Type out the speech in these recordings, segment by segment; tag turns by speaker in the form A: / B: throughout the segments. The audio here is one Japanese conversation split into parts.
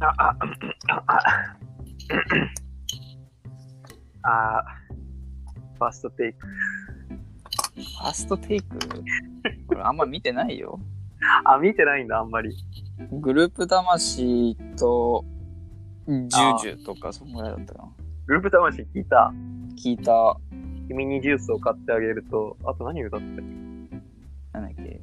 A: あ、あ、あ、あ、あ、ファーストテイク。
B: ファーストテイク俺あんま見てないよ。
A: あ、見てないんだ、あんまり。
B: グループ魂とジュジュとかそんぐらいだったかな。
A: グループ魂聞いた。
B: 聞いた、
A: 君にジュースを買ってあげると、あと何歌ってる
B: なんだっけ。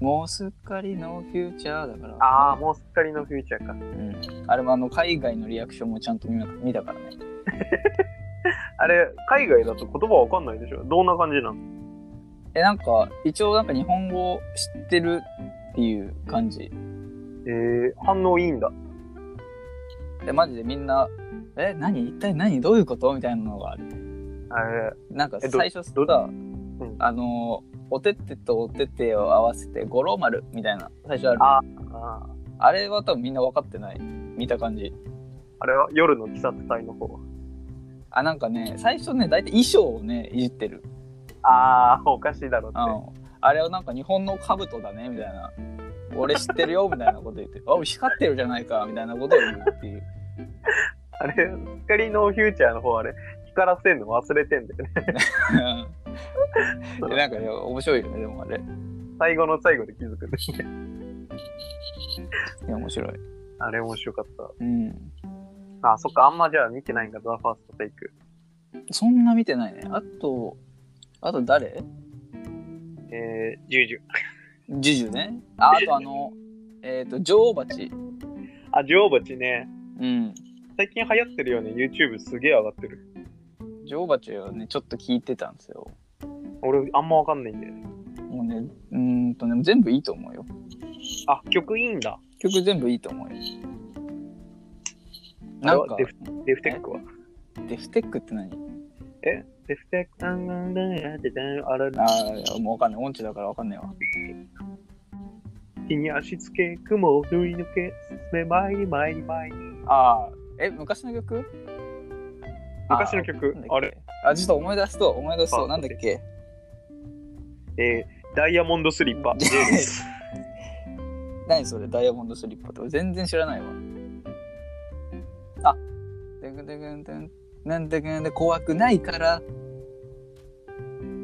B: もうすっかりのフューチャーだから。
A: ああ、もうすっかりのフューチャーか。
B: うん。あれもあの、海外のリアクションもちゃんと見な見たからね。
A: あれ、海外だと言葉わかんないでしょどんな感じなの
B: え、なんか、一応なんか日本語を知ってるっていう感じ。
A: えー、反応いいんだ。
B: え、マジでみんな、え、何一体何どういうことみたいなのがある。
A: あれ、
B: なんか
A: えど
B: 最初さ
A: ど、ん
B: あの、おてってとおててを合わせて、五郎丸みたいな、最初ある。
A: あ
B: あ
A: あー
B: れは多分みんな分かってない。見た感じ。
A: あれは夜の鬼殺隊の方。
B: あ、なんかね、最初ね、大体衣装をね、いじってる。
A: ああ、おかしいだろっ
B: あ
A: て。
B: のあれはなんか日本の兜だね、みたいな。俺知ってるよ、みたいなこと言って。あ、 俺光ってるじゃないか、みたいなことを言うっ ていう。
A: あれ、光のフューチャーの方、あれ、光らせんの忘れてんだよね。
B: でなんかね面白いよねでもあれい
A: 最後の最後で気づ くんですね。
B: や面白い
A: あれ面白かっ
B: うん
A: た。あ、そっか、あんまじゃあ見てないんだ、ザ・ファーストテイク。
B: そんな見てないねあとあと誰
A: えー、ジュジュ。
B: ジュジュねああとあのえっと女王蜂
A: あ、女王蜂ね。
B: うん
A: 最近流行ってるよね、YouTube すげえ上がってる。
B: 女王蜂をねちょっと聞いてたんですよ
A: 俺、あんまわかんないんだよね。
B: もうねうーんとね全部いいと思うよ
A: あ、曲いいんだ。
B: 曲全部いいと思うよ
A: あ
B: な
A: れ
B: ん
A: は
B: か
A: デフデフテックは
B: デフテックって何
A: デフテック、あんなんだやってたよあら、
B: ああもうわかんない音痴だからわかんないわ
A: 地に足つけ、雲を縫い抜け、進め、前に前に前に。
B: ああえ昔の曲
A: 昔の曲
B: なんだっ、け
A: あれ、
B: あ、ちょっと思い出すと、思い出す
A: あ
B: と、なんだっけ
A: えー、ダイヤモンドスリ ッパ、J です。
B: 何それ、ダイヤモンドスリッパって。俺全然知らないわ。あ、でぐんでぐんでん、なんでぐんで怖くないから、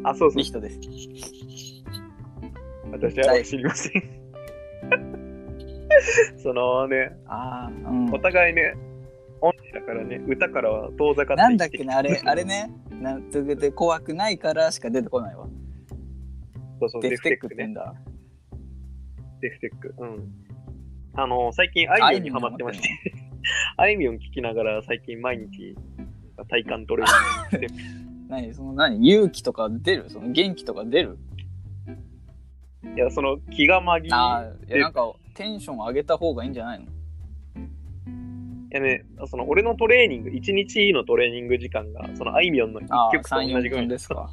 A: あ、そうそ
B: いうい。人です。
A: 私は知りません。 そのね、
B: ああ、うん
A: お。互いね、音痴だからね、歌からは遠ざかって
B: なんだ
A: 生き
B: っ
A: て
B: け
A: き
B: ね、
A: た
B: あれ、あれね、なんとぐで怖くないからしか出てこないわ。
A: そうそう、
B: デ
A: デフ
B: フテ
A: テ
B: ッ
A: ッ
B: クっ
A: ク
B: て言う
A: ね
B: ん。だ。
A: デフテック。うん。あの、最近、あいみょんにハマってまして、あいみょん聞きながら、最近毎日、体幹トレーニング
B: 何その、何勇気とか出るその元気とか出る
A: いや、その気が紛れ。い
B: ああ、いや、
A: で
B: なんか、テンション上げた方がいいんじゃないの
A: やね、その俺のトレーニング、1日のトレーニング時間が、そのあいみょんの1
B: ああ、
A: 曲と
B: 3、
A: 同じぐ
B: 4
A: ら
B: 分
A: い。
B: ですか。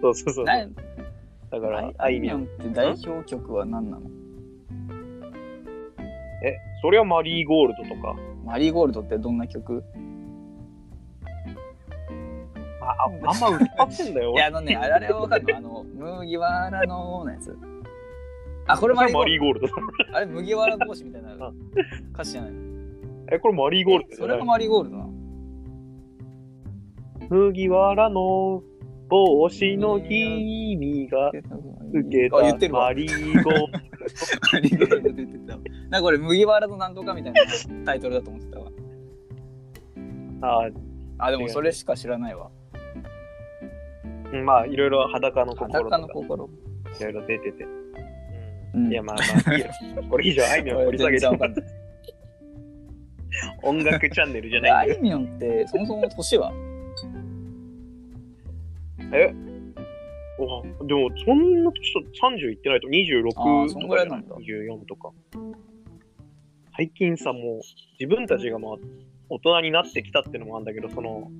A: そうそうそう。
B: な
A: だから、
B: あ
A: あ
B: い
A: い
B: み
A: み
B: ょ
A: ょ
B: ん
A: ん。
B: って代表曲は何なの
A: え、それはマリーゴールドとか。
B: マリーゴールドってどんな曲
A: あ、ああんま歌ってんだよ。
B: いや、あのね、あれはわかるのあの、麦わらののやつ。あ、これ
A: そ
B: マ
A: れ
B: リ
A: は
B: ーゴ
A: マ
B: ール
A: リーゴールド。
B: ド。あれ、麦わら帽子みたいな歌詞じゃないの
A: え、これマリーゴールド
B: え
A: じ
B: そ
A: ゃな
B: れ
A: い
B: がマリーゴールドなの
A: 麦わらの帽子の君が受け
B: あ、言って
A: た
B: るわ。
A: マ
B: マ
A: リーゴールド。
B: リーゴールドって言ってたわ。なんか俺、麦わらのなんとかみたいなタイトルだと思ってたわ。
A: あ
B: あ、でもそれしか知らないわ。
A: ーまあ、いろいろ裸の心
B: 裸
A: と
B: の
A: か、
B: 心。
A: いろいろ出てて。う
B: う
A: んん、いや、まあまあ、 いいよ。これ以上、あいみょん掘り下げちゃう
B: 俺全然わかんない
A: 音楽チャンネルじゃな
B: あ
A: いんだ
B: いみょんって、そもそも年は
A: よ。おでも、そんな年と30いってないと26
B: あーそん
A: と
B: ぐら
A: か
B: いなんだ
A: 24とか。最近さ、もう自分たちがまあ大人になってきたってのもあるんだけど、その、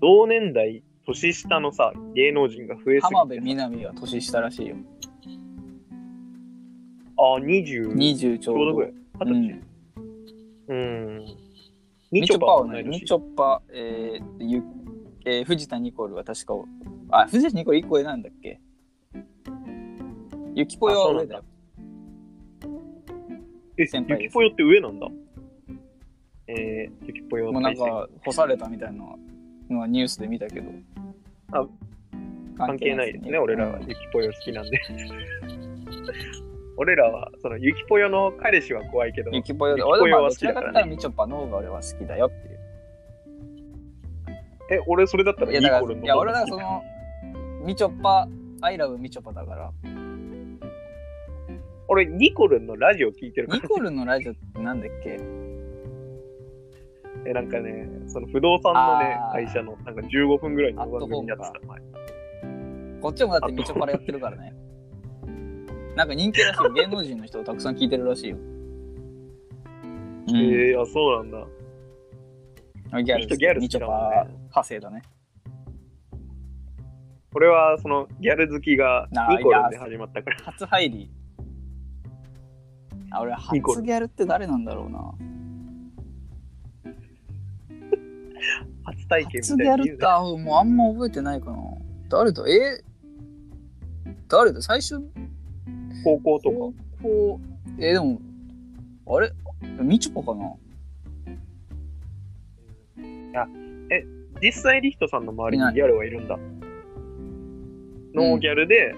A: 同年代年下のさ、芸能人が増えすぎてさ。
B: 浜辺美波が年下らしいよ。
A: ああ、20
B: 20ち
A: ち
B: ょ
A: ょうど
B: う
A: ぐ
B: ど
A: らい。。20歳。うん。み
B: みち
A: ち
B: ょ
A: ょ
B: ぱ
A: ぱ
B: は
A: は
B: な
A: ないい
B: み
A: 年
B: ちょぱ、えーゆえー藤田ニコルは確か、あ、藤田ニコル一個上なんだっけゆきぽよは上だよ。
A: え、
B: 先輩です
A: ゆきぽよって上なんだ。えー、ゆきぽよ
B: もうなん
A: 大戦
B: か干されたみたいなのはニュースで見たけど
A: あ関係ないですね、俺らは
B: うん
A: ゆきぽよ好きなんで。 俺らは、そのゆきぽよの彼氏は怖いけど、
B: ゆきぽよで
A: ゆきぽ
B: 俺
A: よ
B: は
A: は
B: ど
A: 好
B: ち
A: き
B: ら
A: だか
B: から
A: ね
B: と言ったらみちょぱの方が俺は好きだよっていう
A: え、俺それだったら
B: いや
A: ニ
B: だか
A: コ
B: ら
A: ル
B: い
A: の
B: や
A: 方
B: 俺
A: が
B: ら
A: 好き
B: はそ
A: だ。
B: のみちょぱアイラブみちょぱだから
A: 俺、ニコルンのラジオ聞いてるか
B: ニコルのラジオってなんだっけ
A: ら、え、なんかね、その不動産のね
B: あ、ー
A: 会社のなんか15分ぐらいの番組やって
B: アッ
A: た
B: ト。こっちもだってみちょぱらやってるからねなんか人気らし いよ芸能人の人をたくさん聞いてるらしいよ、うん
A: えー、あ、そうなんだ。
B: ギャル
A: ちょっとギャル好
B: み
A: き
B: ちょ
A: だ
B: ぱ
A: もんね
B: 派生だね
A: これは、その、ギャル好きが
B: あー
A: ニコルンで始まったから。
B: 初入りあ俺初ギ
A: ニコル
B: ャルって誰なんだろうな
A: 初体験
B: 初
A: み
B: ギ
A: たい
B: ャ
A: に言
B: ル
A: うね
B: ってあもうあんま覚えてないかな誰だえ誰だ最初
A: 高校とか。
B: 高校えでもあれみちょぱかな
A: 実際リヒトさんの周り
B: いな
A: に
B: い
A: ギャルはいるんだ。ノーギャルで、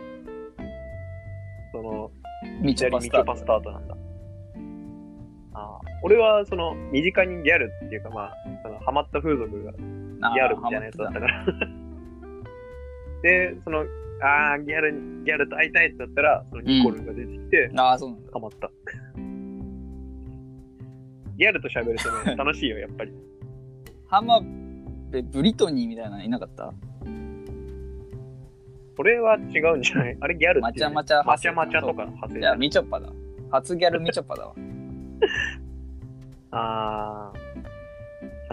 A: その、
B: み
A: いき
B: ち
A: な
B: ょ
A: りみちょ
B: ぱスター
A: ぱスタートなんだ。あー俺は、その、身近にギャルっていうか、まあ、そのハマった風俗がギ
B: あー
A: ャルみたいなやつだったから。 で、その、あーギャル、ギャルと会いたいってなったら、そのニコルンが出てきて、
B: ああそうなんだ
A: ハマった。 ギャルと喋ると ね、楽しいよ、やっぱり。
B: 浜辺ブリトニーみたいなのいなかった
A: これは違うんじゃないあれギャルっていうね
B: まちゃま
A: ま
B: ち
A: ち
B: ゃ
A: ゃ
B: 派
A: ま
B: 生
A: ちゃとかの派生
B: い
A: だ
B: や
A: ね。
B: みちょぱだ初ギャルみちょぱだわ
A: あー。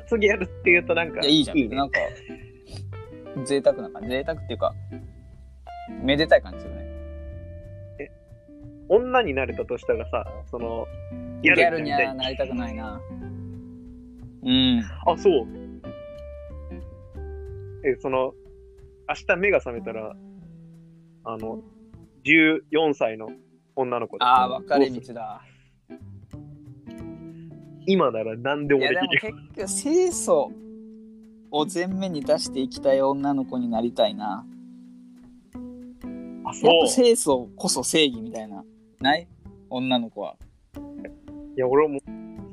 A: 初ギャルっていうとなんか、
B: いやいいじゃん
A: ね
B: な。んか贅沢な感じ贅沢っていうかめでたい感じだよね
A: 女になれたとしたらさ、その、ギ
B: ギ
A: ャ
B: ャ
A: ル
B: ル
A: に
B: に
A: なりた。
B: はいなりたくないなうん
A: あ、そう。え、その、明日目が覚めたら、あの、14歳の女の子
B: ああ分かれ
A: どうす
B: 道だ
A: る今なら何で
B: い
A: もで
B: や
A: き
B: でも
A: るよ。
B: 結局清楚を前面に出していきたい女の子になりたいな
A: あ、そ
B: やっ
A: う。
B: ぱ清楚こそ正義みたいなない女の子はい
A: や、俺も、ス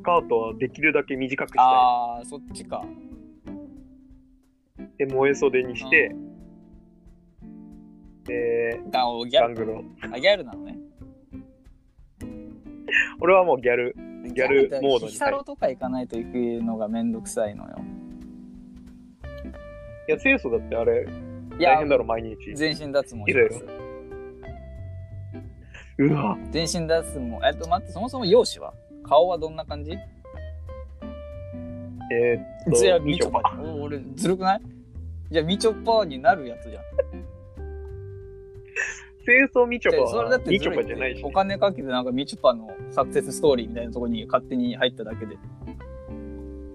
A: カートはできるだけ短くした
B: ああそっちか
A: い。で、燃え袖にして、で、
B: だおギャ
A: ガ
B: ル
A: ングロ。
B: あギャルなのね
A: 俺はもうギャル。ギャルモードに入る
B: ヒサロとか行かないと行くのがめんどくさいのよ
A: いや、清楚だってあれ、
B: いや
A: 大変だろ、毎日。
B: 全身脱毛
A: いろいろ
B: します
A: うわ、
B: 全身脱毛えっと待ってそもそも容姿は顔はどんな感じ
A: えー、っと
B: じゃあみ
A: み
B: ち
A: ち
B: ょ
A: ょ
B: ぱ
A: ぱ
B: お俺ずるくないじゃあみちょぱになるやつじゃん
A: 清楚みちょぱ
B: それだ
A: は
B: っ、て
A: み
B: ず
A: ちょ
B: る
A: ぱ
B: い
A: じゃないし
B: お。金かけてなんかみちょぱのサクセスストーリーみたいなところに勝手に入っただけで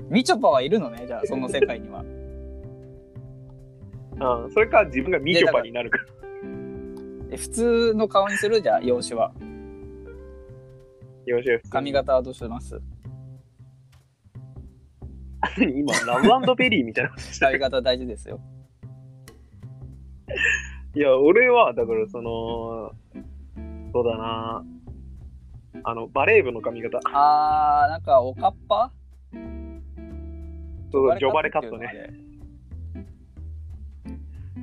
B: みちょぱはいるのねじゃあその世界に は
A: うん、それか自分がみちょぱになるから。
B: え普通の顔にするじゃあ容姿は
A: よろしい。
B: 髪型はどうし ます
A: 何今、ラブベリーみたいな。
B: 髪型大事ですよ
A: いや、俺は、だから、その、そうだな。あの、バレー部の髪型。
B: あーなんかおかっぱ
A: そうジョバレカット
B: って
A: ね。
B: いうの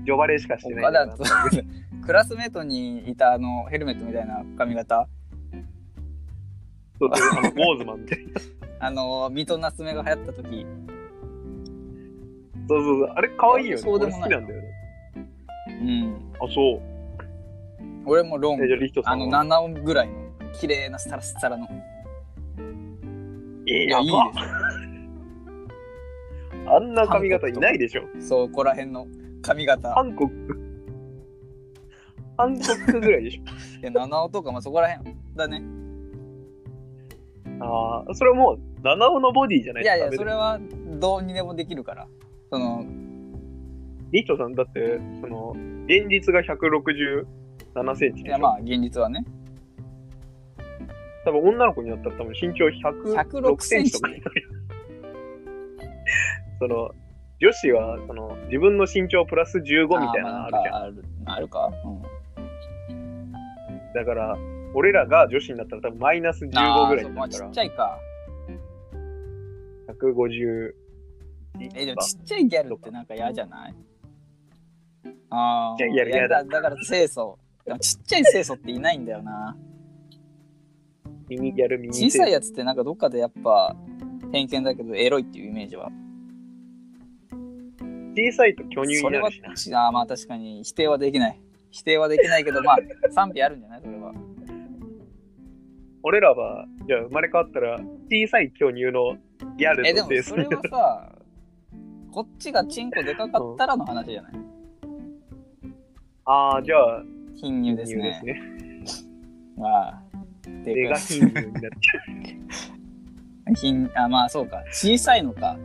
A: ジョバレしかしてない
B: あ
A: ん
B: れ
A: だ
B: お
A: よな。
B: かだと クラスメートにいたあのヘルメットみたいな髪型
A: そう、あの、ウォーズマンみたいな。
B: あのミトナスメが流行った時
A: そうそうそう。あれ、可愛いよね。
B: そうで
A: 俺
B: も
A: 好
B: ない
A: きなんだよね。
B: うん
A: あ、そう。
B: 俺もロン
A: え、じゃあ、リヒトさ
B: あ
A: ん
B: の
A: は。
B: 7音ぐらいの綺麗なスタラスタラの
A: えー、
B: い
A: や
B: いい
A: ば。
B: で
A: あんな髪型いないでしょ。
B: すそうこら辺の髪型
A: ハンコック。ハンコックぐらいでし
B: いや七尾とかまあそこら辺だね
A: ょ。ああ、それはもう、七尾のボディじゃない
B: い
A: で
B: や
A: す
B: い
A: か。
B: やそれはどうにでもできるからその
A: リヒトさん、だって、その、現実が167センチ
B: い
A: でしょ。
B: やまあ現実はね
A: 多分女の子になったら多分身長106
B: 106
A: センチとかになる。 その、女子はその自分の身長プラス15みたいなのあるじゃん。
B: あーまあなんかあるあるか。うん
A: だから、俺らが女子になったら多分マイナス15
B: あ
A: ぐ
B: ー
A: らい
B: そう
A: に
B: ま
A: な
B: あ
A: るから
B: ちっ、ちゃいか。
A: 150。
B: え、でもちっちゃいギャルってなんか嫌じゃないあ
A: ちっ
B: あ。
A: ちゃいギャル嫌だ
B: だ。だから清楚。でもちっちゃい清楚っていないんだよな。
A: ミニギャル、ミニ
B: 小さい
A: や
B: やつってなんかどっかでやっぱ偏見だけどエロいっていうイメージは。
A: 小さいと巨乳
B: そ
A: に
B: れ
A: な
B: は
A: るしな。
B: あーまあ確かに否定はできない。否定はできないけど、まあ賛否あるんじゃないそれは。
A: 俺らは、じゃあ生まれ変わったら、小さい巨乳のギャル
B: え、で
A: の
B: も
A: ベース
B: それはさ、こっちがチンコでかかったらの話じゃない
A: ああ、じゃあ、
B: 貧乳です
A: で
B: ね
A: す。ね。
B: まあ、
A: で
B: で
A: が
B: か
A: 貧
B: い。
A: 乳になっちゃう。
B: 貧あ、まあそうか。小さいのか。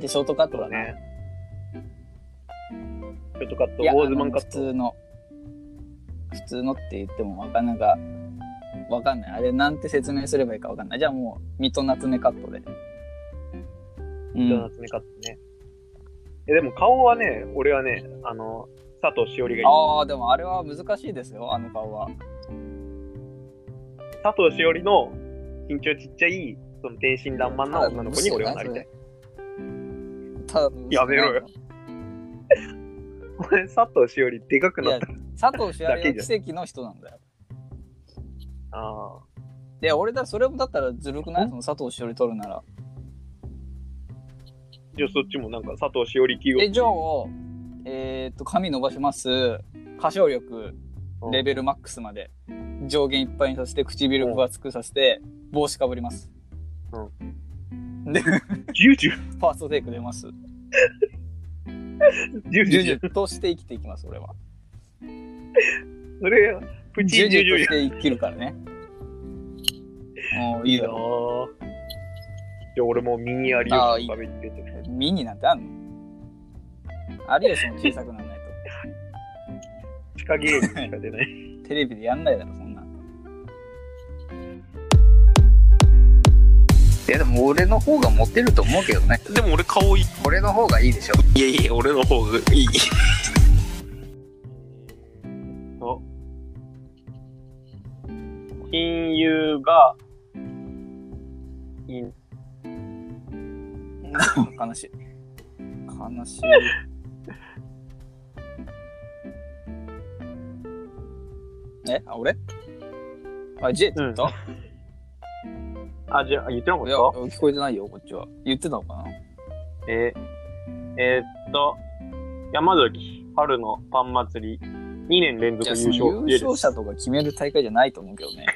B: で、ショートカット
A: そ
B: だ
A: う
B: な。
A: ね。ちょっとカット、
B: いや、
A: ウォーズマンカッ
B: あの
A: ト。
B: 普通の。普通のって言ってもわかんなんか、わかんない。あれ、なんて説明すればいいかわかんない。じゃあもう、ミトナツネカットで。う
A: ドーナ
B: ん。
A: ツね、カットね。え、でも顔はね、俺はね、あの、佐藤しおりがいい。
B: ああ、でもあれは難しいですよ、あの顔は。
A: 佐藤しおりの身長ちっちゃい、その天真爛漫な女の子に俺はなりたい。
B: ただの嘘じゃ
A: や
B: な
A: め
B: いの
A: ろよ。 俺、佐藤しおりでかくなった。
B: 佐藤しあり
A: だけ
B: は
A: じ
B: 奇跡の人なんだよ。
A: ああ。
B: で、俺だ、それもだったらずるくないその佐藤しおり取るなら。
A: じゃあそっちもなんか佐藤しおり級を。
B: え、じゃあ、えーっと、髪伸ばします。歌唱力、
A: うん
B: レベルマックスまで。上限いっぱいにさせて、唇分厚くさせて、帽子かぶります。で、フ
A: ジュジュ、
B: ァーストテイク出ます。
A: ジュジュ
B: ジュ
A: ジ
B: ジ
A: ュ。
B: ュとして生きていきます、俺は。
A: それ、プチ ジュ
B: ジュ
A: ジ
B: ジ
A: ュ
B: ュと
A: ジ
B: して生きるからね。もうい
A: ュ。
B: い
A: いいな
B: よ。
A: ぁ。じゃあ俺もミニアリを
B: ああいい
A: 食べてて。
B: ミニなんてあんの有吉も小さくならない
A: 地下ゲームしか出ない。
B: と。テレビでやんないだろ、そんな。いやでも俺の方がモテると思うけどね。
A: でも俺顔いい。
B: 俺の方がいいでしょ。
A: いやいや、俺の方がいい。と、金融が、いい
B: 悲しい。悲しい。えあ、俺あ、J って言った、
A: あ、じゃあ、言ってなかっ
B: いや、
A: た
B: 聞こえてないよ、こっちは。言ってたのかな
A: えーえーっと、山崎、春のパン祭り、2年連
B: い
A: 続
B: や、
A: 優
B: その
A: 勝。
B: 優勝者とか決める大会じゃないと思うけ どね。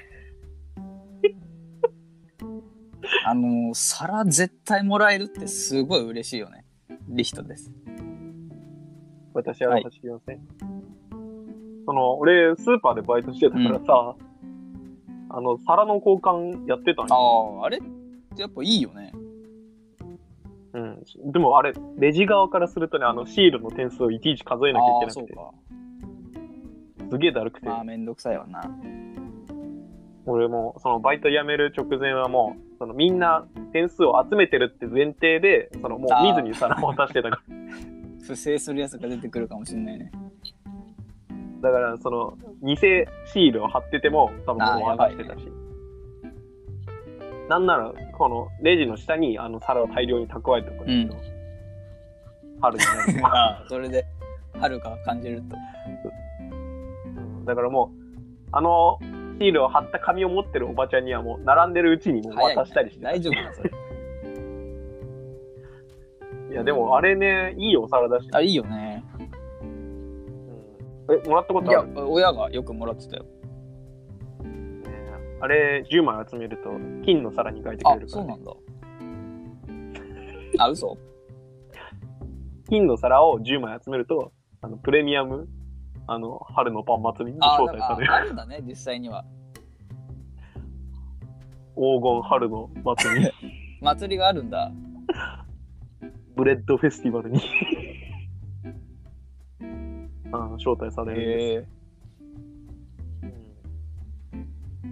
B: あの、皿絶対もらえるってすごい嬉しいよね。リヒトです。
A: 私は
B: はい
A: 走りません。その、俺、スーパーでバイトしてたからさ、あの、皿の交換やってたん
B: あ
A: よ。
B: あ、あれってやっぱいいよね。
A: うん。でもあれ、レジ側からするとね、あの、シールの点数をいちいち数えなきゃ
B: あ
A: い
B: あ、
A: け
B: そ
A: な
B: う
A: くて、
B: か。
A: すげえだるくて、
B: まあ、めんどくさいわな。
A: 俺も、その、バイト辞める直前はもう、その、みんな点数を集めてるって前提で、その、もう見ずに皿を渡してたから。
B: 不正するやつが出てくるかもしれないね。
A: だから、その、偽シールを貼ってても、多分
B: あー
A: もう渡してたし。なんなら、この、レジの下に、あの、皿を大量に蓄えておくんだけど、春になると
B: ああ、それで、春から感じると。
A: うんだからもう、あの、シールを貼った紙を持ってるおばちゃんにはもう、並んでるうちにもう
B: 早い
A: 渡
B: ね
A: したりしてた。
B: 大丈夫だ、 それ。
A: いや、でも、あれね、いいお皿出してた。
B: あ、いいよね。
A: うんえ、もらったこ
B: い
A: とあ
B: や
A: る、
B: 親がよくもらってたよ。
A: あれ、10枚集めると、金の皿に書いてく
B: あ
A: れ、るか
B: そ
A: ら
B: う
A: ね、
B: なんだ。 あ、嘘
A: 金の皿を10枚集めると、あの、プレミアム、あの、春のパン祭りに
B: あ
A: 招待される
B: あ。あるんだね、実際には。
A: 黄金春の祭 り、
B: 祭りがあるんだ。
A: ブレッドフェスティバルに あの招待されるんです。
B: へえ。
A: うん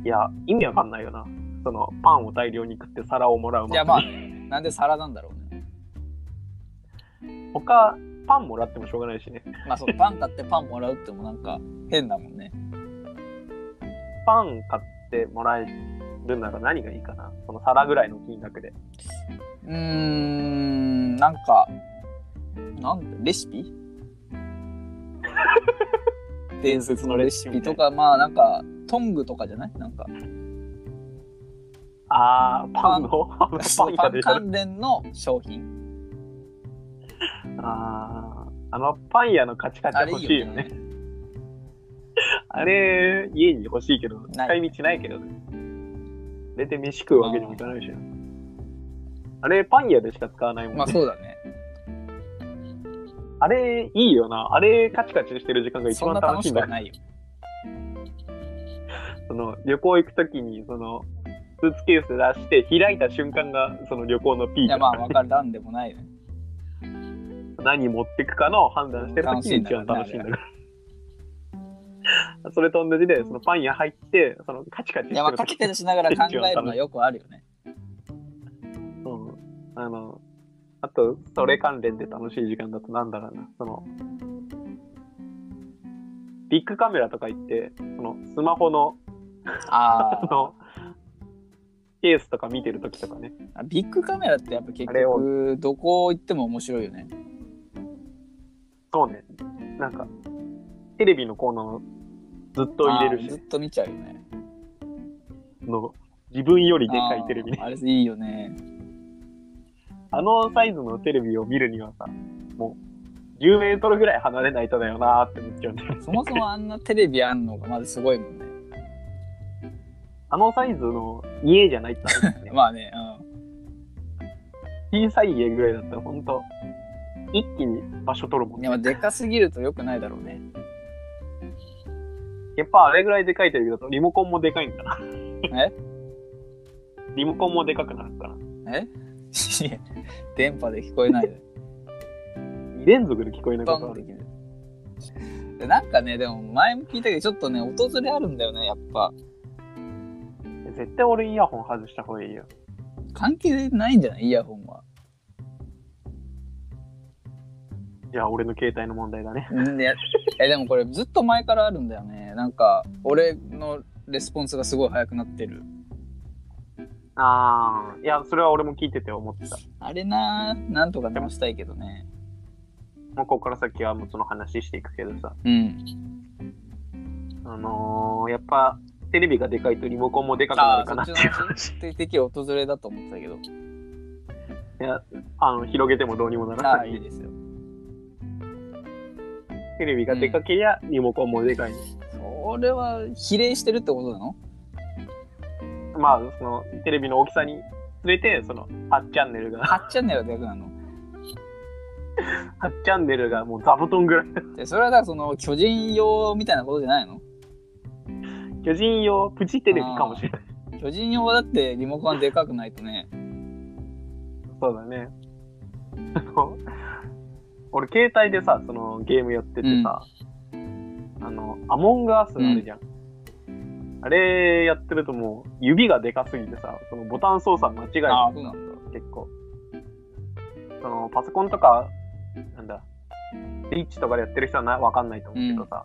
A: いや、意味わかんないよな。その、パンを大量に食って皿をもらうまで
B: いや、まあ、なんで皿なんだろうね。
A: 他、パンもらってもしょうがないしね。
B: まあ、そう、パン買ってパンもらうってもなんか変だもんね。
A: パン買ってもらえるなら何がいいかな。その皿ぐらいの金額で。
B: うーん、なんか、なんレシ ピ伝説のレシピとか、まあなんか、トングとかじゃないなんか、
A: あー、パンの、パン
B: そう
A: が
B: パ
A: 出
B: ン
A: てる。
B: 関連の商品。
A: あー、あのパン屋のカチカ
B: あ
A: チ
B: れい
A: 欲し
B: い
A: い
B: よ
A: よ
B: ね
A: ね。。あれ、家に欲しいけど、
B: ない
A: 使い道ないけどね。出て飯食うわけにもいかないしな。あれ、パン屋でしか使わないもんね。
B: まあそうだね。
A: あれ、いいよな。あれ、カチカチしてる時間が一
B: そ
A: 番
B: んな
A: 楽
B: 楽
A: しい
B: し
A: んだ
B: くは
A: よ。
B: ないよ。
A: その、旅行行くときに、その、スーツケース出して、開いた瞬間が、その旅行のピー
B: い
A: クだ
B: や、まあ分からんでも ないよね。
A: 何持ってくかの判断してる時に一番楽しいんだから。 それと同じで、そのパン屋入って、そのカチカチ
B: い
A: して
B: や、まあ
A: る
B: かけ
A: 時
B: てるしながら考えるのはよくあるよね。
A: うんあの、あと、それ関連で楽しい時間だとなんだろうな、その、ビッグカメラとか行って、そのスマホの、
B: あ
A: あの、ケースとか見てる時とかね。
B: あ。ビッグカメラってやっぱ結
A: あれ
B: 局、どこ行っても面白いよね。
A: そうね。なんか、テレビのコーナーをずっと入れる
B: あーず
A: し、
B: っと見ちゃうよね。
A: の、自分よりでかいテレビね
B: あーあれいいよね。
A: あのサイズのテレビを見るにはさ、もう、10メートルぐらい離れないとだよなーって思っちゃうんだよね。
B: そもそもあんなテレビあんのがまずすごいもんね。
A: あのサイズの家じゃないってなるんですね。
B: まあね、
A: 小さい家ぐらいだったらほんと、一気に場所取るも
B: うんん。い
A: ね。
B: や、まあでかすぎると良くないだろうね。
A: やっぱあれぐらいでかいテレビだとリモコンもでかいんだな。
B: え
A: リモコンもでかくなるから。
B: えいや電波で聞こえないで。
A: 2連続で聞こえないこ
B: バ
A: と
B: ン
A: あ
B: って
A: る。
B: 切る。なんかね、でも前も聞いたけど、ちょっとね、訪れあるんだよね、やっぱ。
A: 絶対俺イヤホン外した方がいいよ。
B: 関係ないんじゃないイヤホンは。
A: じゃあ俺の携帯の問題だね。
B: うんいや、えでもこれずっと前からあるんだよね。なんか、俺のレスポンスがすごい早くなってる。
A: あー、いや、それは俺も聞いてて思ってた。
B: あれなぁ、なんとか直したいけどね。
A: もうここから先はもうその話していくけどさ。
B: うん。
A: あのー、やっぱ、テレビがでかいとリモコンもでかくな
B: あ
A: る
B: あ
A: かな
B: ー、
A: って
B: そっ
A: い
B: ち
A: う
B: の
A: 話。
B: 話。的訪れだと思ってたけど。
A: いや、あの、広げてもどうにもなら
B: あ
A: な
B: あ、いい
A: い。
B: ですよ。
A: テレビがでかけりゃ、リモコンもでかい。
B: それは比例してるってことなの
A: まあ、その、テレビの大きさにつれて、その、8チャンネルが、
B: ?8 チャンネルはでかくなるの
A: 8チャンネルがもう座布団ぐらい。
B: でそれはだからその巨人用みたいなことじゃないの
A: 巨人用プチテレビかもしれない。
B: 巨人用はだってリモコンでかくないとね。
A: そうだね。あの、俺、携帯でさ、その、ゲームやっててさ、あの、アモングアスあるじゃん。あれやってるともう指がでかすぎてさ、そのボタン操作間違えて
B: ああ、そうなんだ。
A: 結構。そのパソコンとか、なんだ、リッチとかでやってる人はなわかんないと思うけどさ、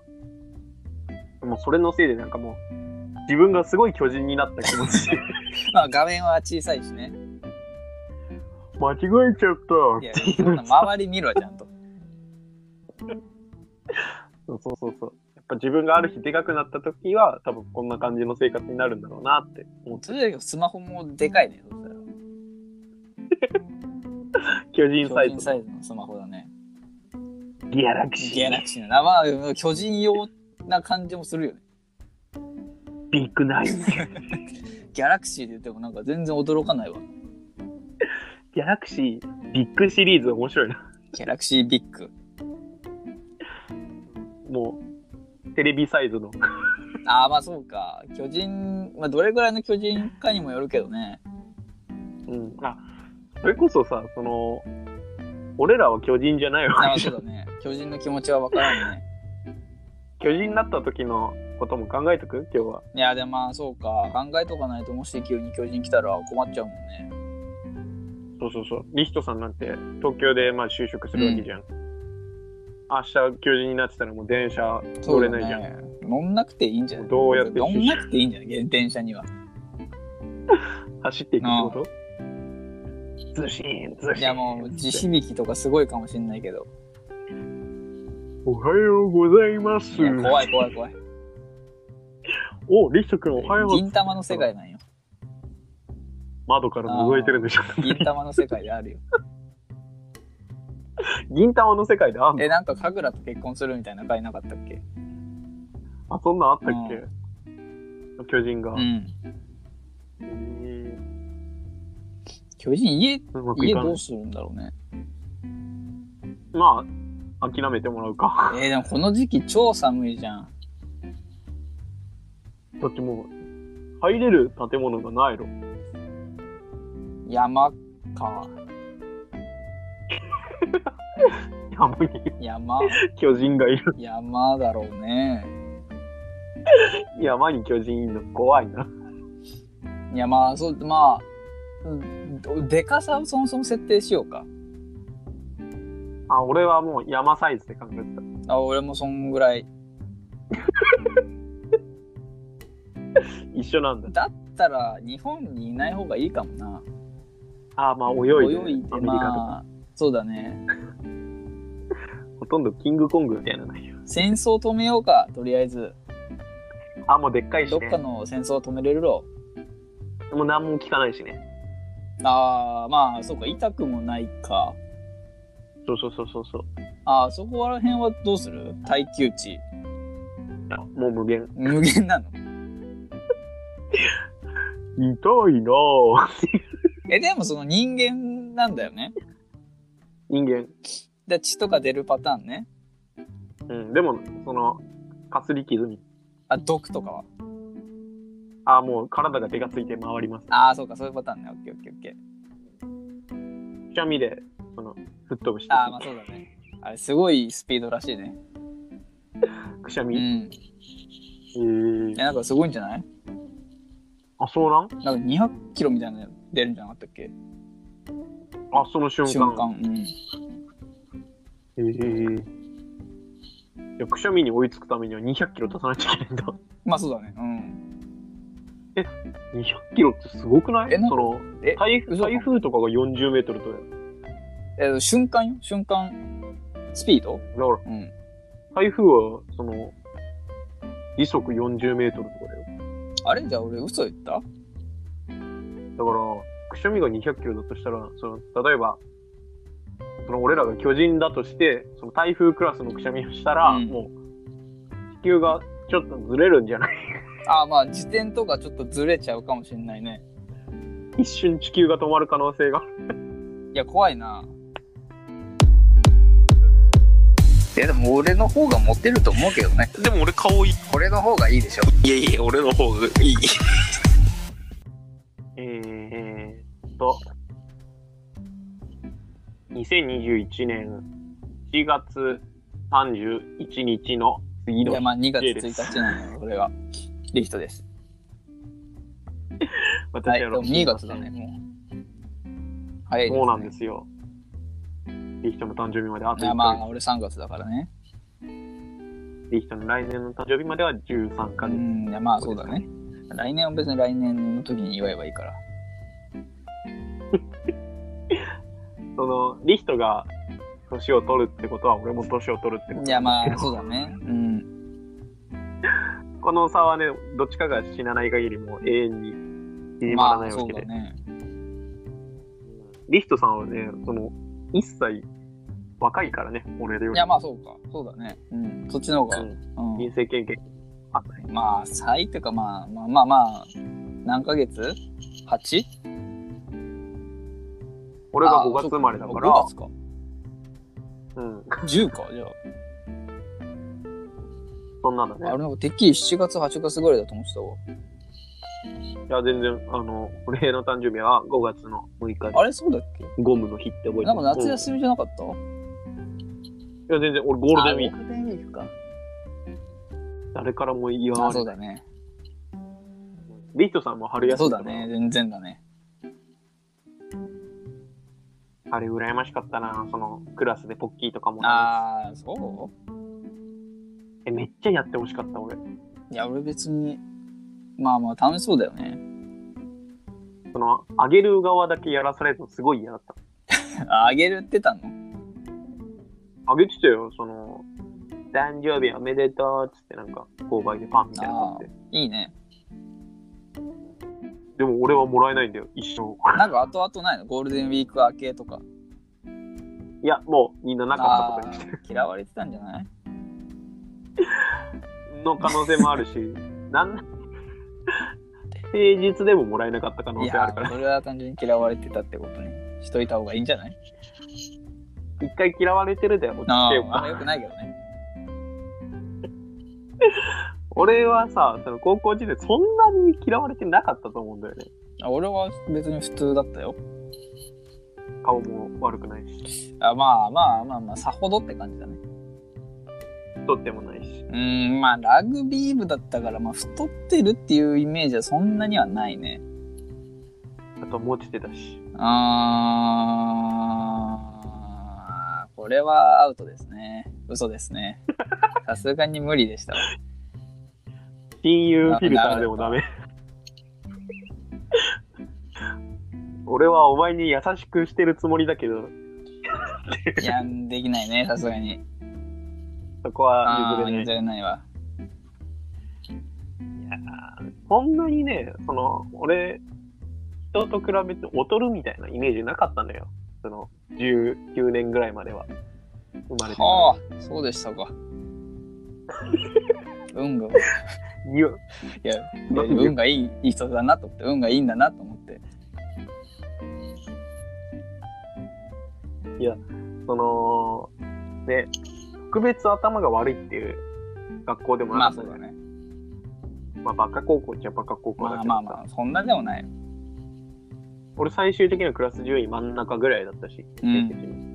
A: もうそれのせいでなんかもう、自分がすごい巨人になった気持 ち。
B: まあ画面は小さいしね。
A: 間違えちゃっ
B: いや、
A: た。
B: そんな周り見るわ、ちゃんと。
A: そうそうそうそう。やっぱ自分がある日でかくなった時は、多分こんな感じの生活になるんだろうなって思って。
B: それよりスマホもでかいね、そしたら。
A: 巨人サ
B: 巨
A: イ
B: 人
A: ズ
B: サイズのスマホだね。
A: の。ギャラクシ
B: ギャ
A: ー。
B: ラクシーな。まあ、巨人用な感じもするよね。
A: ビッグナイ ス。
B: ギャラクシーで言ってもなんか全然驚かないわ。
A: ギャラクシー、ビッグシリーズ面白いな。
B: ギャラクシービッグ。
A: もう、テレビサイズの。
B: ああ、まあそうか。巨人、まあどれぐらいの巨人かにもよるけどね。
A: うん、あそれこそさその俺らは巨人 じゃないわ
B: ああ、そうだね。巨人の気持ちはわからんね。
A: 巨人になった時のことも考えとく今日は。
B: いや、でもまあそうか。考えとかないと、もし急に巨人来たら困っちゃうもんね。
A: そうそうそう。リヒトさんなんて、東京でまあ就職するわけじゃん。明日、巨人になってたらもう電車乗れないじゃん。
B: そうだね乗んなくていいんじゃない
A: どうやって
B: 乗んなくていいんじゃない電車 には。
A: 走っていくってことズシーン、ズシーン。
B: いやもう、地響きとかすごいかもしんないけど。
A: おはようございます
B: い。や怖い怖い怖い。
A: お、リヒト君おはようございま
B: 銀玉の世界なんよ。
A: す。窓から覗いてるんでしょ。
B: 銀玉の世界であるよ。
A: 銀玉の世界であんの
B: え、なんか、神楽と結婚するみたいな回なかったっけ
A: あ、そんなんあったっけ巨人が。
B: うん。
A: えー
B: 巨人、家、
A: うまくい
B: 家
A: かな
B: ど。
A: いう
B: するんだろうね。
A: まあ、諦めてもらうか。
B: えー、でもこの時期超寒いじゃん。
A: だってもう、入れる建物がないろ。
B: 山か。
A: 山に
B: 山、
A: 巨人がいる。
B: 山だろうね。
A: 山に巨人いるの怖いな。
B: いや、まあ、そう、まあ、うんでかさをそもそも設定しようか。
A: あ、俺はもう山サイズで考えてた。
B: あ、俺もそんぐらい。
A: 一緒なんだ。
B: だったら、日本にいない方がいいかもな。
A: あ、まあ泳いで、
B: 泳いで、
A: アメリカとか、
B: まあ、そうだね。
A: ほとんどキングコングみたいなのないよ。
B: 戦争止めようか、とりあえず。
A: あ、もうでっかいし
B: どっ
A: ね
B: か。の戦争止めれるろ。
A: もう何も聞かないしね。
B: ああ、まあ、そうか、痛くもないか。
A: そうそうそうそうそう。
B: ああ、そこら辺はどうする耐久値。
A: いやもう無限。
B: 無限なの
A: 痛いなぁ。
B: え、でもその人間なんだよね。
A: 人間。
B: で血とか出るパターンね。
A: うん。でも、その、かすり傷に。
B: あ、毒とかは。
A: あ、もう体が手がついて回ります。
B: ああ、そうか、そういうパターンね。オッケーオッケーオッケー。
A: くしゃみで、その、吹っ飛ぶして。
B: ああ、まあそうだね。あれ、すごいスピードらしいね。
A: くしゃ
B: う
A: み。
B: ん。
A: え
B: え、
A: ー、
B: なんかすごいんじゃない
A: あ、そうなん
B: なんか200キロみたいなの出るんじゃなかったっけ
A: あ、その瞬間。
B: 瞬間。うん。
A: えー、いやくしゃみに追いつくためには200キロ出さなきゃいけないんだ。
B: まあそうだね。うん。
A: 200キロってすごくない
B: えなん
A: その
B: え
A: 台風、
B: 嘘か
A: 台風とかが40メートルとだよ。
B: えー瞬間よ。瞬間。スピード
A: だから、
B: うん。
A: 台風は、その、時速40メートルとかだよ。
B: あれじゃあ俺嘘言った
A: だから、くしゃみが200キロだとしたら、その、例えば、その俺らが巨人だとして、その台風クラスのくしゃみをしたら、
B: うん
A: もう、地球がちょっとずれるんじゃない
B: ああ、まあ時点とかちょっとずれちゃうかもしんないね。
A: 一瞬地球が止まる可能性が。
B: いや、怖いな。いや、でも俺の方がモテると思うけどね。
A: でも俺顔いい。
B: これの方がいいでしょ。
A: いやいや、俺の方がいい。えーっと、2021年4月31日の次
B: いや、
A: の
B: まあ2月
A: いいです
B: 1日なのよ、これが。リヒトです。はい、
A: 私
B: で
A: は
B: も2月だね、もう。早いです、ね。
A: そうなんで。すよ。リヒトの誕生日まであ
B: い
A: と1
B: や、
A: ヶ
B: ま
A: 月。
B: あ俺3月だからね。
A: リヒトの来年の誕生日までは13
B: う
A: ヶ月。
B: ん、いや、まあそうだね。来年は別に来年の時に祝えばいいから。
A: その、リヒトが年を取るってことは、俺も年を取るってこと。
B: いや、まあそうだね。 うん。
A: この差はね、どっちかが死なない限りもう永遠に縮まら
B: ま
A: な
B: あ
A: い
B: そ
A: わ
B: う
A: け
B: だ
A: で。
B: ね。
A: リヒトさんはね、その、一切若いからね、俺よ
B: い
A: り。
B: や、まあそうか。そうだね。うん。そっちの方が。
A: うん
B: うん
A: 人生経験。あったね
B: まあ、最というか、まあ、まあまあまあ、何ヶ月 ?8?
A: 俺が5月生まれだから、
B: 5月か。
A: うん、
B: 10か、 じゃあ。
A: そんなのね
B: あれ。なんかてっきり7月、8月ぐらいだと思ってたわ。
A: いや、全然、あの、俺の誕生日は5月の6日で
B: あれそうだっけ
A: ゴムの日って覚えてる
B: なんか夏休みじゃなかった
A: うんいや、全然、俺ゴールデンウィーク。
B: ゴールデンウィークか。
A: 誰からも言
B: あ
A: わ
B: そう
A: れない。
B: だね。
A: リヒトさんも春休
B: そう
A: みか
B: だ
A: ら
B: ね。。全然だね。
A: あれ羨ましかったな、そのクラスでポッキーとかもら
B: ああ、そう
A: う。え、めっちゃやってほしかった、俺。
B: いや、俺別に、まあまあ楽しそうだよね。
A: その、あげる側だけやらされるのすごい嫌だった。
B: ああげるってたの
A: あげてたよ、その、誕生日おめでとうっつってなんか、購買でパンみたいなの買って。
B: いいね。
A: でも俺はもらえないんだよ、一生。
B: なんか後々ないのゴールデンウィーク明けとか。
A: いや、もうみんななか
B: あ
A: ったことにしてる
B: ー嫌われてたんじゃない
A: の可能性もあるし、 なんな、平日でももらえなかった可能
B: い
A: 性あ
B: や
A: るから、
B: それは単純に嫌われてたってことね。しといた方がいいんじゃない
A: 一回嫌われてるで落ち
B: あ
A: 着けよ
B: ーあんま良くないけどね。
A: 俺はさ、その高校時代そんなに嫌われてなかったと思うんだよね。
B: あ俺は別に普通だったよ。
A: 顔も悪くないし、
B: あまあまあまあまあ、さほどって感じだね。
A: 太ってもないし。
B: うーん、まあラグビー部だったから、まあ太ってるっていうイメージはそんなにはないね。
A: あと、持ちてたし。
B: あー、これはアウトですね。嘘です ね。さすがに無理でしたわ。
A: 親友フィルターでもダメ。俺はお前に優しくしてるつもりだけど、
B: いや、できないね、さすがに。
A: そこは
B: あ
A: 譲れな
B: ー
A: い
B: 譲。れないわ。
A: そんなにね、その、俺、人と比べて劣るみたいなイメージなかったのよ。その、19年ぐらいまでは。生まれてから
B: はあ、そうでしたか。運 が、い
A: いや
B: や、いや運がいいいい人だなと思って、運がいいんだなと思って。
A: その、ね、特別頭が悪いっていう学校でも
B: ま
A: な
B: あ
A: か
B: そ
A: っ
B: う
A: た
B: だ
A: ね。
B: ね。
A: まあ、バカ高校っちゃバカ高校だけ
B: まあ
A: どさ、
B: まあまあ、そんなでもないよ。
A: 俺最終的にはクラス順位真ん中ぐらいだったし、
B: うん
A: 成績に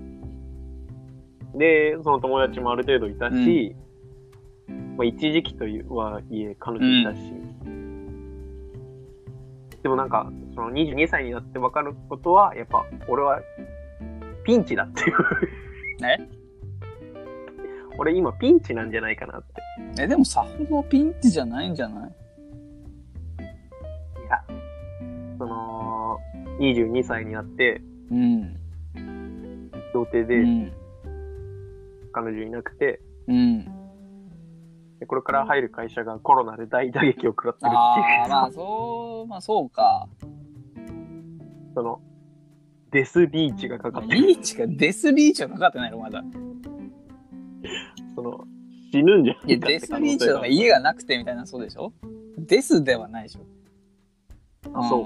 A: で、その友達もある程度いたし、まあ、一時期というはいえ彼女いたし、でもなんか、その22歳になって分かることは、やっぱ俺はピンチだっていう。
B: え
A: 俺今ピンチなんじゃないかなって。
B: え、でもさほどピンチじゃないんじゃない
A: いや、その、22歳になって、
B: うん。
A: 童貞
B: う
A: で
B: ん。
A: 彼女いなくて、
B: うん。
A: でこれから入る会社がコロナで大打撃を食らってる
B: あ
A: っ
B: あ、まあそう、まあそうか。
A: ていう、その、デスリーチがかかってる。
B: リーチが、デスリーチはかかってないの、まだ。
A: その、死ぬんじゃ
B: いや、
A: ないか
B: デ
A: って
B: ス
A: 可
B: リ
A: 能
B: ーチ
A: 性
B: と
A: が
B: か。家がなくてみたいな、そうでしょデスではないでしょ。
A: あ、そう。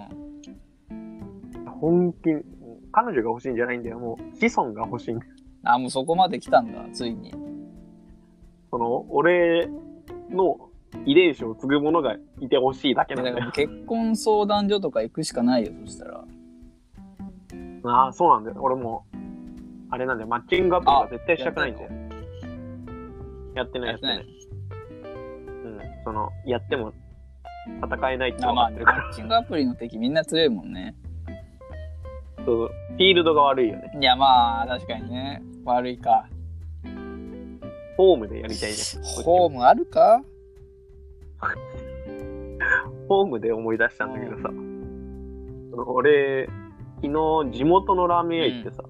A: 本気に、彼女が欲しいんじゃないんだよ。もう、子孫が欲しいんだよ。
B: あ、もうそこまで来たんだ、ついに。
A: その、俺の遺伝子を継ぐ者がいてほしいだけ
B: だ
A: なん
B: か
A: だよ。
B: らもう結婚相談所とか行くしかないよ、そしたら。
A: ああ、そうなんだよ。俺もう、あれなんだよ。マッチングアプリは絶対したくないんだよ。やってない、やってない。うん、その、やっても戦えないって
B: あ、
A: 分
B: ま
A: か
B: あ、
A: って
B: マ
A: るから、
B: ッチングアプリの敵みんな強いもんね。
A: そうそうフィールドが悪いよね。
B: いや、まあ、確かにね。悪いか。
A: ホームでやりたいね。
B: ホームあるか
A: ホームで思い出したんだけどさ、その俺、昨日地元のラーメン屋行ってさ、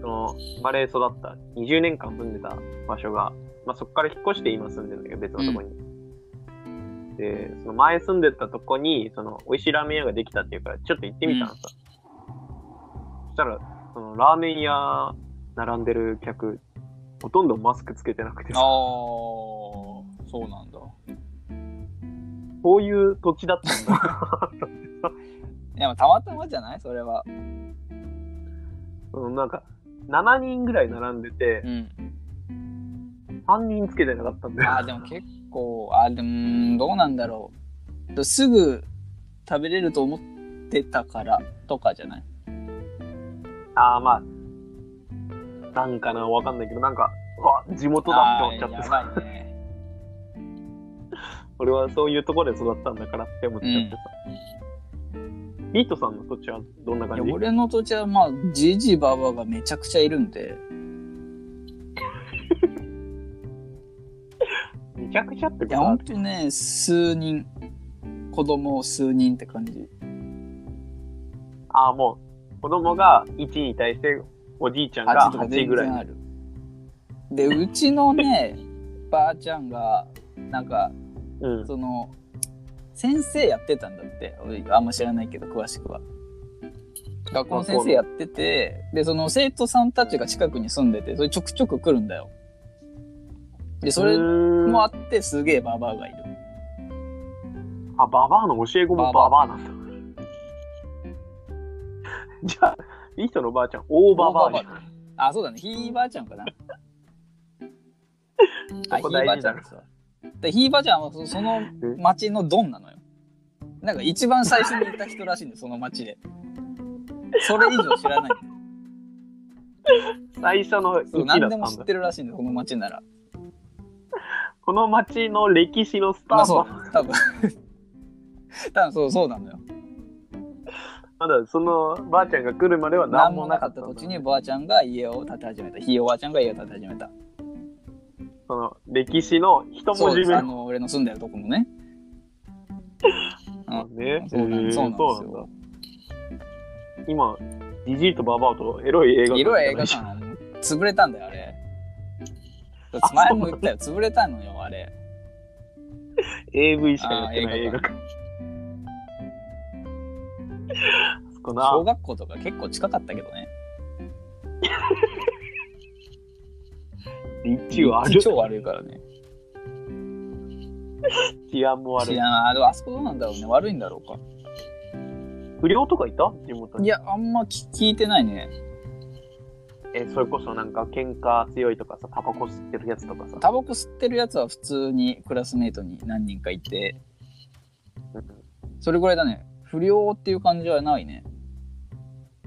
A: そのバレー育った20年間住んでた場所が、まあ、そこから引っ越して今住んでるんだけど、別のとこに。で、その前住んでたとこに、その美味しいラーメン屋ができたっていうから、ちょっと行ってみたのさ。そしたら、そのラーメン屋並んでる客、ほとんどマスクつけてなくてさ、
B: ああ、そうなんだ。
A: こういう土地だったんだ。
B: いや、まあたまたまじゃないそれは。
A: うん、なんか、7人ぐらい並んでて
B: う、ん。
A: 3人つけてなかったんだ
B: あ
A: よ。
B: ーでも結構、あーでもうーん、どうなんだろう。すぐ食べれると思ってたからとかじゃない
A: ああ、まあ、なんかな、わかんないけど、なんか、うわ、地元だって思っちゃって
B: あ
A: さ、
B: ーやばいね。
A: 俺はそういうところで育ったんだからって思っちゃってさ。ミートさんの土地はどんな感
B: い
A: じ
B: や俺の土地はまあじじばばがめちゃくちゃいるんで
A: めちゃくちゃって
B: い
A: こ
B: や
A: と
B: ほ
A: あ
B: ん
A: る
B: とね数人子供数人って感じ
A: ああ、もう、子供が1に対して、おじいちゃんが
B: 味とか
A: 8
B: 全
A: ぐらい
B: 然。あるでうちのねばあちゃんがなんか
A: うん。
B: その先生やってたんだって俺あんま知らないけど詳しくは学校の先生やっててでその生徒さんたちが近くに住んでてそれちょくちょく来るんだよでそれも
A: も
B: あってすげえババアがいる
A: あ、ババアの教え子もババアなんだ。 じゃあ、いい人のばあちゃん、大ババアじゃん。
B: あそうだねひいばあちゃんかなあ
A: そこ
B: ひいばあ
A: 大事
B: ちゃ
A: だ
B: ん
A: ろ
B: さでひいばあちゃんはそその町のドンなのよなんか一番最初にいた人らしいんだよその町でそれ以上知らない
A: 最初の
B: そ
A: 1
B: う
A: だった
B: 何
A: ん
B: でも知っ
A: だ。
B: てるらしいんだよこの町なら
A: この町の歴史のスタ
B: ま
A: ー
B: あそ
A: ト
B: う。多分 多分そうそうなのよ
A: まだそのばあちゃんが来るまでは
B: 何
A: 何
B: も
A: も
B: な
A: な
B: か
A: か
B: っ
A: ったた
B: 土
A: んだ
B: 地にばあちゃんが家を建て始めたひいおばあちゃんが家を建て始めた
A: その歴史の一
B: そ
A: 文字
B: うです
A: 目
B: あの俺の住んでるとこもねあ
A: ね。
B: そうなん
A: へー
B: そうなんです
A: そうな
B: よ
A: んだ今、ジジイとババアとエロい映画
B: 色映画
A: じゃん。
B: 館潰れたんだよあれ
A: あ
B: 前も言ったよ潰れたのよあれ
A: AV しかやってない
B: あー
A: 映
B: 映
A: 画
B: 画
A: 館。そこ
B: 小
A: な、
B: 学校とか結構近かったけどね
A: 立地はある。
B: 超悪いからね
A: 治安も悪
B: 知
A: い
B: ら。ないあでもあそこどうなんだろうね悪いんだろうか
A: 不良とかいた地元
B: い
A: に。
B: やあんま聞聞いてないね
A: え、それこそなんか喧嘩強いとかさ、タバコ吸ってるやつとかさ。
B: タバコ吸ってるやつは普通にクラスメートに何人かいてそれぐらいだね不良っていう感じはないね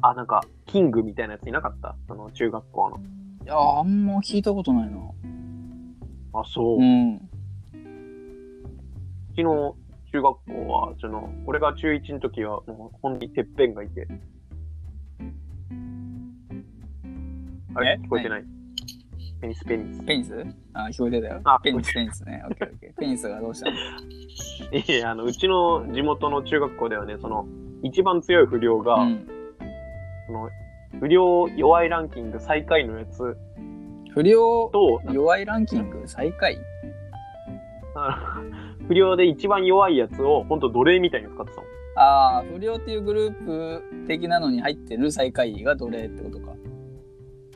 A: あ、なんか、キングみたいなやついなかったその中学校の。
B: いやあんま聞いたことないな
A: あ、そう
B: う。ん
A: うちの中学校は、その、俺が中1の時は、もう、ほんにてっぺんがいて。あれ
B: え
A: 聞こえてない。ペニスペニス。
B: ペニスあ聞こえてたよ
A: あ
B: ペニスペニスねオッケーオッケーペニスがどうした の
A: いやいや、あの、うちの地元の中学校ではね、その、一番強い不良が、
B: うん、
A: その、不良弱いランキング最下位のやつ
B: 不良
A: と、
B: 弱いランキング最下位
A: あ の不良で一番弱いやつを、ほんと奴隷みたいに使ってたの。
B: ああ不良っていうグループ的なのに入ってる最下位が奴隷ってことか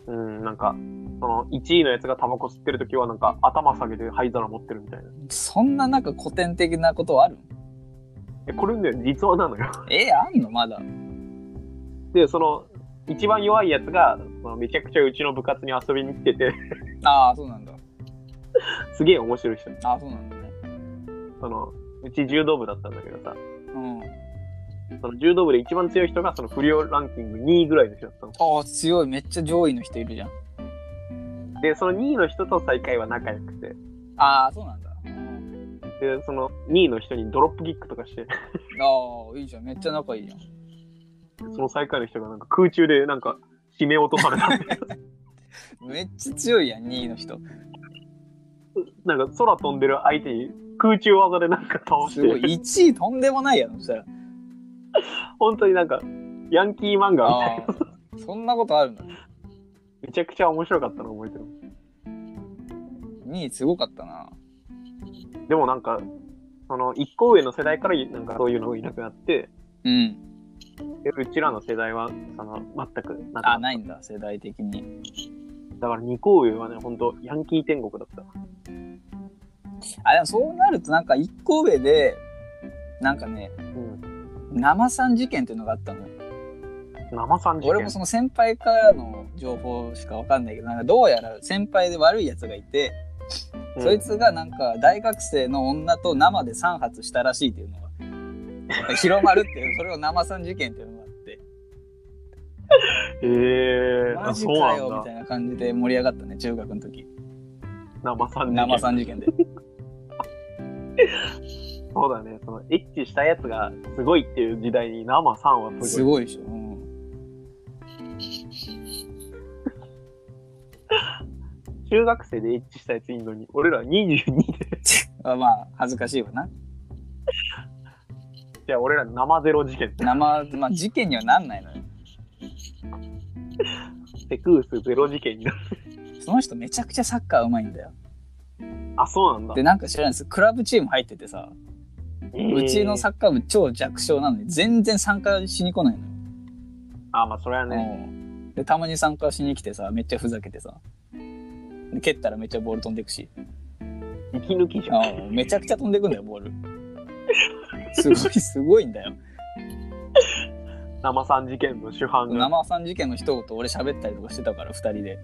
A: うん、なんか、その、1位のやつがタバコ吸ってる時は、なんか、頭下げて灰皿持ってるみたいな。
B: そんななんか古典的なことはある
A: え、これね、実話なのよ。
B: えあんのまだ
A: で、その、一番弱いやつが、そのめちゃくちゃうちの部活に遊びに来て て、
B: ああそうなんだ
A: すげえ面白い人。
B: ああそうなんだね
A: その、うち柔道部だったんだけどさ、
B: うん
A: その柔道部で一番強い人が、その不良ランキング2位ぐらいの人だったの。
B: ああ強いめっちゃ上位の人いるじゃん
A: で、その2位の人と最下位は仲良くて、
B: ああそうなんだうん
A: で、その2位の人にドロップキックとかして、
B: ああいいじゃんめっちゃ仲いいじゃん
A: その最下位の人がなんか空中でなんか、締め落とさ れた。
B: めっちゃ強いやん2位の人
A: なんか空飛んでる相手に空中技でなんか倒し
B: すごい
A: て、
B: 1位とんでもないやんそしたら
A: 本当になんか、ヤンキー漫画みたいな
B: ああそんなことあるの
A: めちゃくちゃ面白かったの覚えてる。
B: 2位すごかったな
A: でもなんか、その、一個上の世代からなんかそういうのがいなくなって、
B: うん
A: でうちらの世代は、その、全くなく
B: あ
A: なっ
B: ないんだ世代的に
A: た。だから二個上はね、ほんと、ヤンキー天国だった。
B: あでもそうなるとなんか1個上でなんかね
A: うん。
B: 生さん事件っていうのがあったのよ
A: 生さん事件。
B: 俺もその先輩からの情報しかわかんないけどなんかどうやら先輩で悪いやつがいて、
A: うん
B: そいつがなんか大学生の女と生で3発したらしいっていうのが広まるっていうそれを生さん事件っていうのがあって
A: えー、
B: マ
A: あ
B: ジ
A: そう
B: か
A: なん
B: よみ
A: だ
B: た。いな感じで盛り上がったね中学の時
A: 生さん事件。
B: 生さん事件で
A: そうだね、そのエッチしたやつがすごいっていう時代に生さんはすごい。
B: すごいでしょ。うん
A: 中学生でエッチしたやついんのに、俺ら22で。
B: あまあ、恥ずかしいわな。
A: じゃあ俺ら生ゼロ事件。
B: 生、まあ、事件にはなんないのよ。
A: セクウスゼロ事件になる。
B: その人めちゃくちゃサッカーうまいんだよ。
A: あ、そうなんだ
B: で、。なんか知らないです。クラブチーム入っててさ、うちの
A: さ
B: サッカー部超弱小なのに全然参加しに来ないのよ。
A: あ、まあそれはね。
B: うんで、たまに参加しに来てさ、めっちゃふざけてさ。で蹴ったらめっちゃボール飛んでくし。
A: 息抜きじゃん。
B: あーめちゃくちゃ飛んでくんだよ、ボール。すごい、すごいんだよ。
A: 生さん事件の主犯が。
B: 生さん事件の一言俺喋ったりとかしてたから、二人で。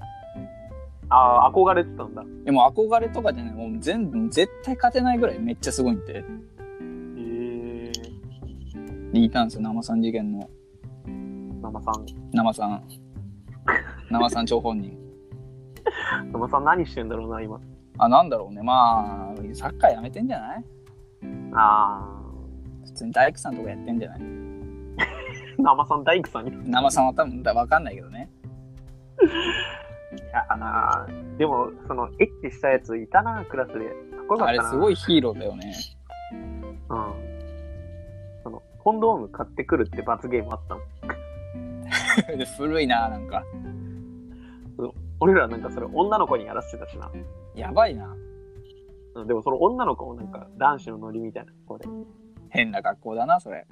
A: ああ、憧れてたんだ。
B: でも憧れとかじゃない、もう全部、絶対勝てないぐらいめっちゃすごいんで。
A: へえ。
B: で、いたんですよ、生さん事件の。
A: 生さん。
B: 生さん。生さん張本人。
A: 生さん何してんだろうな、今。
B: あ、なんだろうね。まあ、サッカーやめてんじゃない
A: あ
B: 普通に大工さんとかやってんじゃない
A: あ、生さん大工さんに。い
B: 生さんは多分だわかんないけどね。
A: や、あーでも、その、エッチしたやついたな、クラスで。かっこよかっ
B: あ
A: た
B: れ
A: な。
B: すごいヒーローだよね。
A: うん。その、コンドーム買ってくるって罰ゲームあったの。
B: 古いな、なんか。
A: 俺らなんかそれ女の子にやらせてたしな。
B: やばいな。
A: うんでもその女の子もなんか男子のノリみたいな子で。
B: 変な学校だな、それ。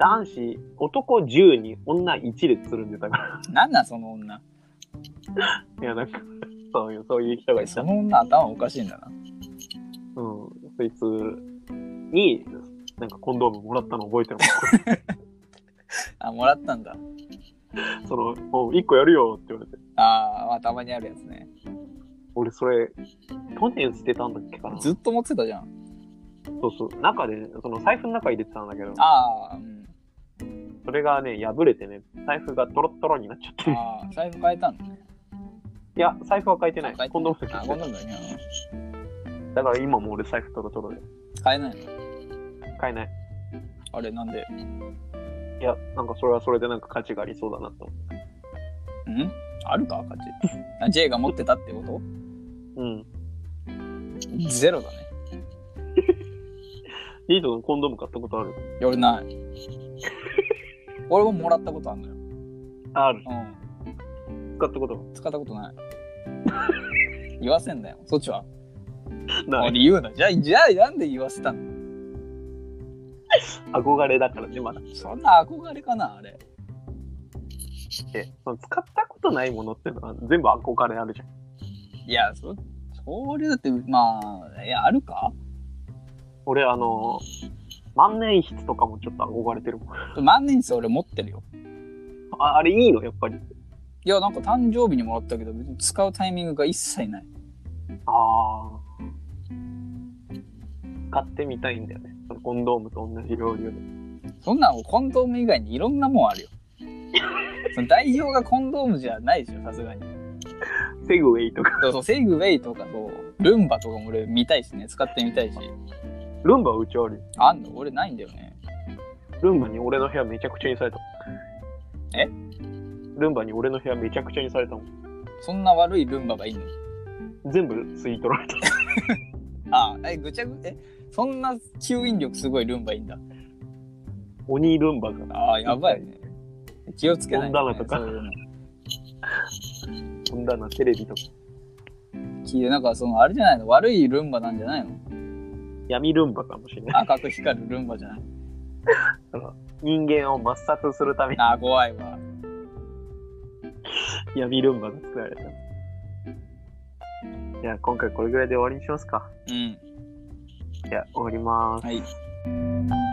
A: 男子、男10人、女1列つるんでたから。
B: なんなん、その女。
A: いや、なんか、そういう、そういう人がい
B: そ
A: た。
B: の女頭おかしいんだな。
A: うん。そいつに、なんかコンドームもらったの覚えてる
B: あ、もらったんだ。
A: もん。その、もう1個やるよって言われて。
B: あー、まあ、たまにあるやつね。
A: 俺それ、去年捨てたんだっけかな。
B: ずっと持ってたじゃん。
A: そうそう。中で、その財布の中入れてたんだけど、
B: あー、うん。
A: それがね、破れてね、財布がトロットロになっちゃって。
B: あー、財布変えたのね。
A: いや、財布は変えてない
B: あ変え。
A: コンドームだけし
B: あ、
A: て
B: 今度だね。
A: だから今もう俺財布トロトロで。
B: うん変えないの
A: 買えない。
B: あれ、なんで
A: いや、なんかそれはそれでなんか価値がありそうだなと思
B: んあるか価値。あ J が持ってたってこ
A: う。うん。
B: とゼロだね。
A: リードのコンドーム買ったことある
B: いや俺 ない。俺ももらったことあるのよ。
A: ある。
B: うん。
A: 使ったこと
B: 使ったことない。言わせんだよ。そっちは
A: な
B: 俺
A: い。
B: 言うな。じゃあ、じゃあなんで言わせたの
A: 憧れだからね、まだ。
B: そんな憧れかな、あれ。
A: え、その使ったことないものってのは全部憧れあるじゃん。
B: いや、そ、それだって、まあ、いや、あるか
A: 俺、あのー万年筆とかもちょっと憧れてるもん。
B: 万年筆俺持ってるよ。
A: ああれいいの、やっぱり。
B: いや、なんか誕生日にもらったけど、別に使うタイミングが一切ない。
A: あー。買ってみたいんだよね。そのコンドームと同じ要領で。
B: そんなん、コンドーム以外にいろんなもんあるよ。その代表がコンドームじゃないでしょ、さすがに。
A: セグウェイとか。
B: そうそう、セグウェイとか、そう、ルンバとかも俺見たいしね、使ってみたいし。
A: ルンバはうちあるよ。
B: あんの俺ないんだよね。
A: ルンバに俺の部屋めちゃくちゃにされた。
B: え
A: ルンバに俺の部屋めちゃくちゃにされたもん。
B: そんな悪いルンバがいいの
A: 全部吸い取られた。
B: ああ、え、ぐちゃぐ、え、そんな吸引力すごいルンバいいんだ。
A: 鬼ルンバが。
B: ああ、やばいね。気をつけない、ね。
A: 本棚とか
B: そういうの。
A: 本棚、テレビとか。
B: きなんかその、あれじゃないの悪いルンバなんじゃないの
A: 闇ルンバかもしれない。
B: 赤く光るルンバじゃない。
A: 人間を抹殺するために
B: ああ、怖いわ。
A: 闇ルンバが作られた。じゃあ今回これぐらいで終わりにしますか。
B: うん。
A: じゃあ終わります。
B: はい。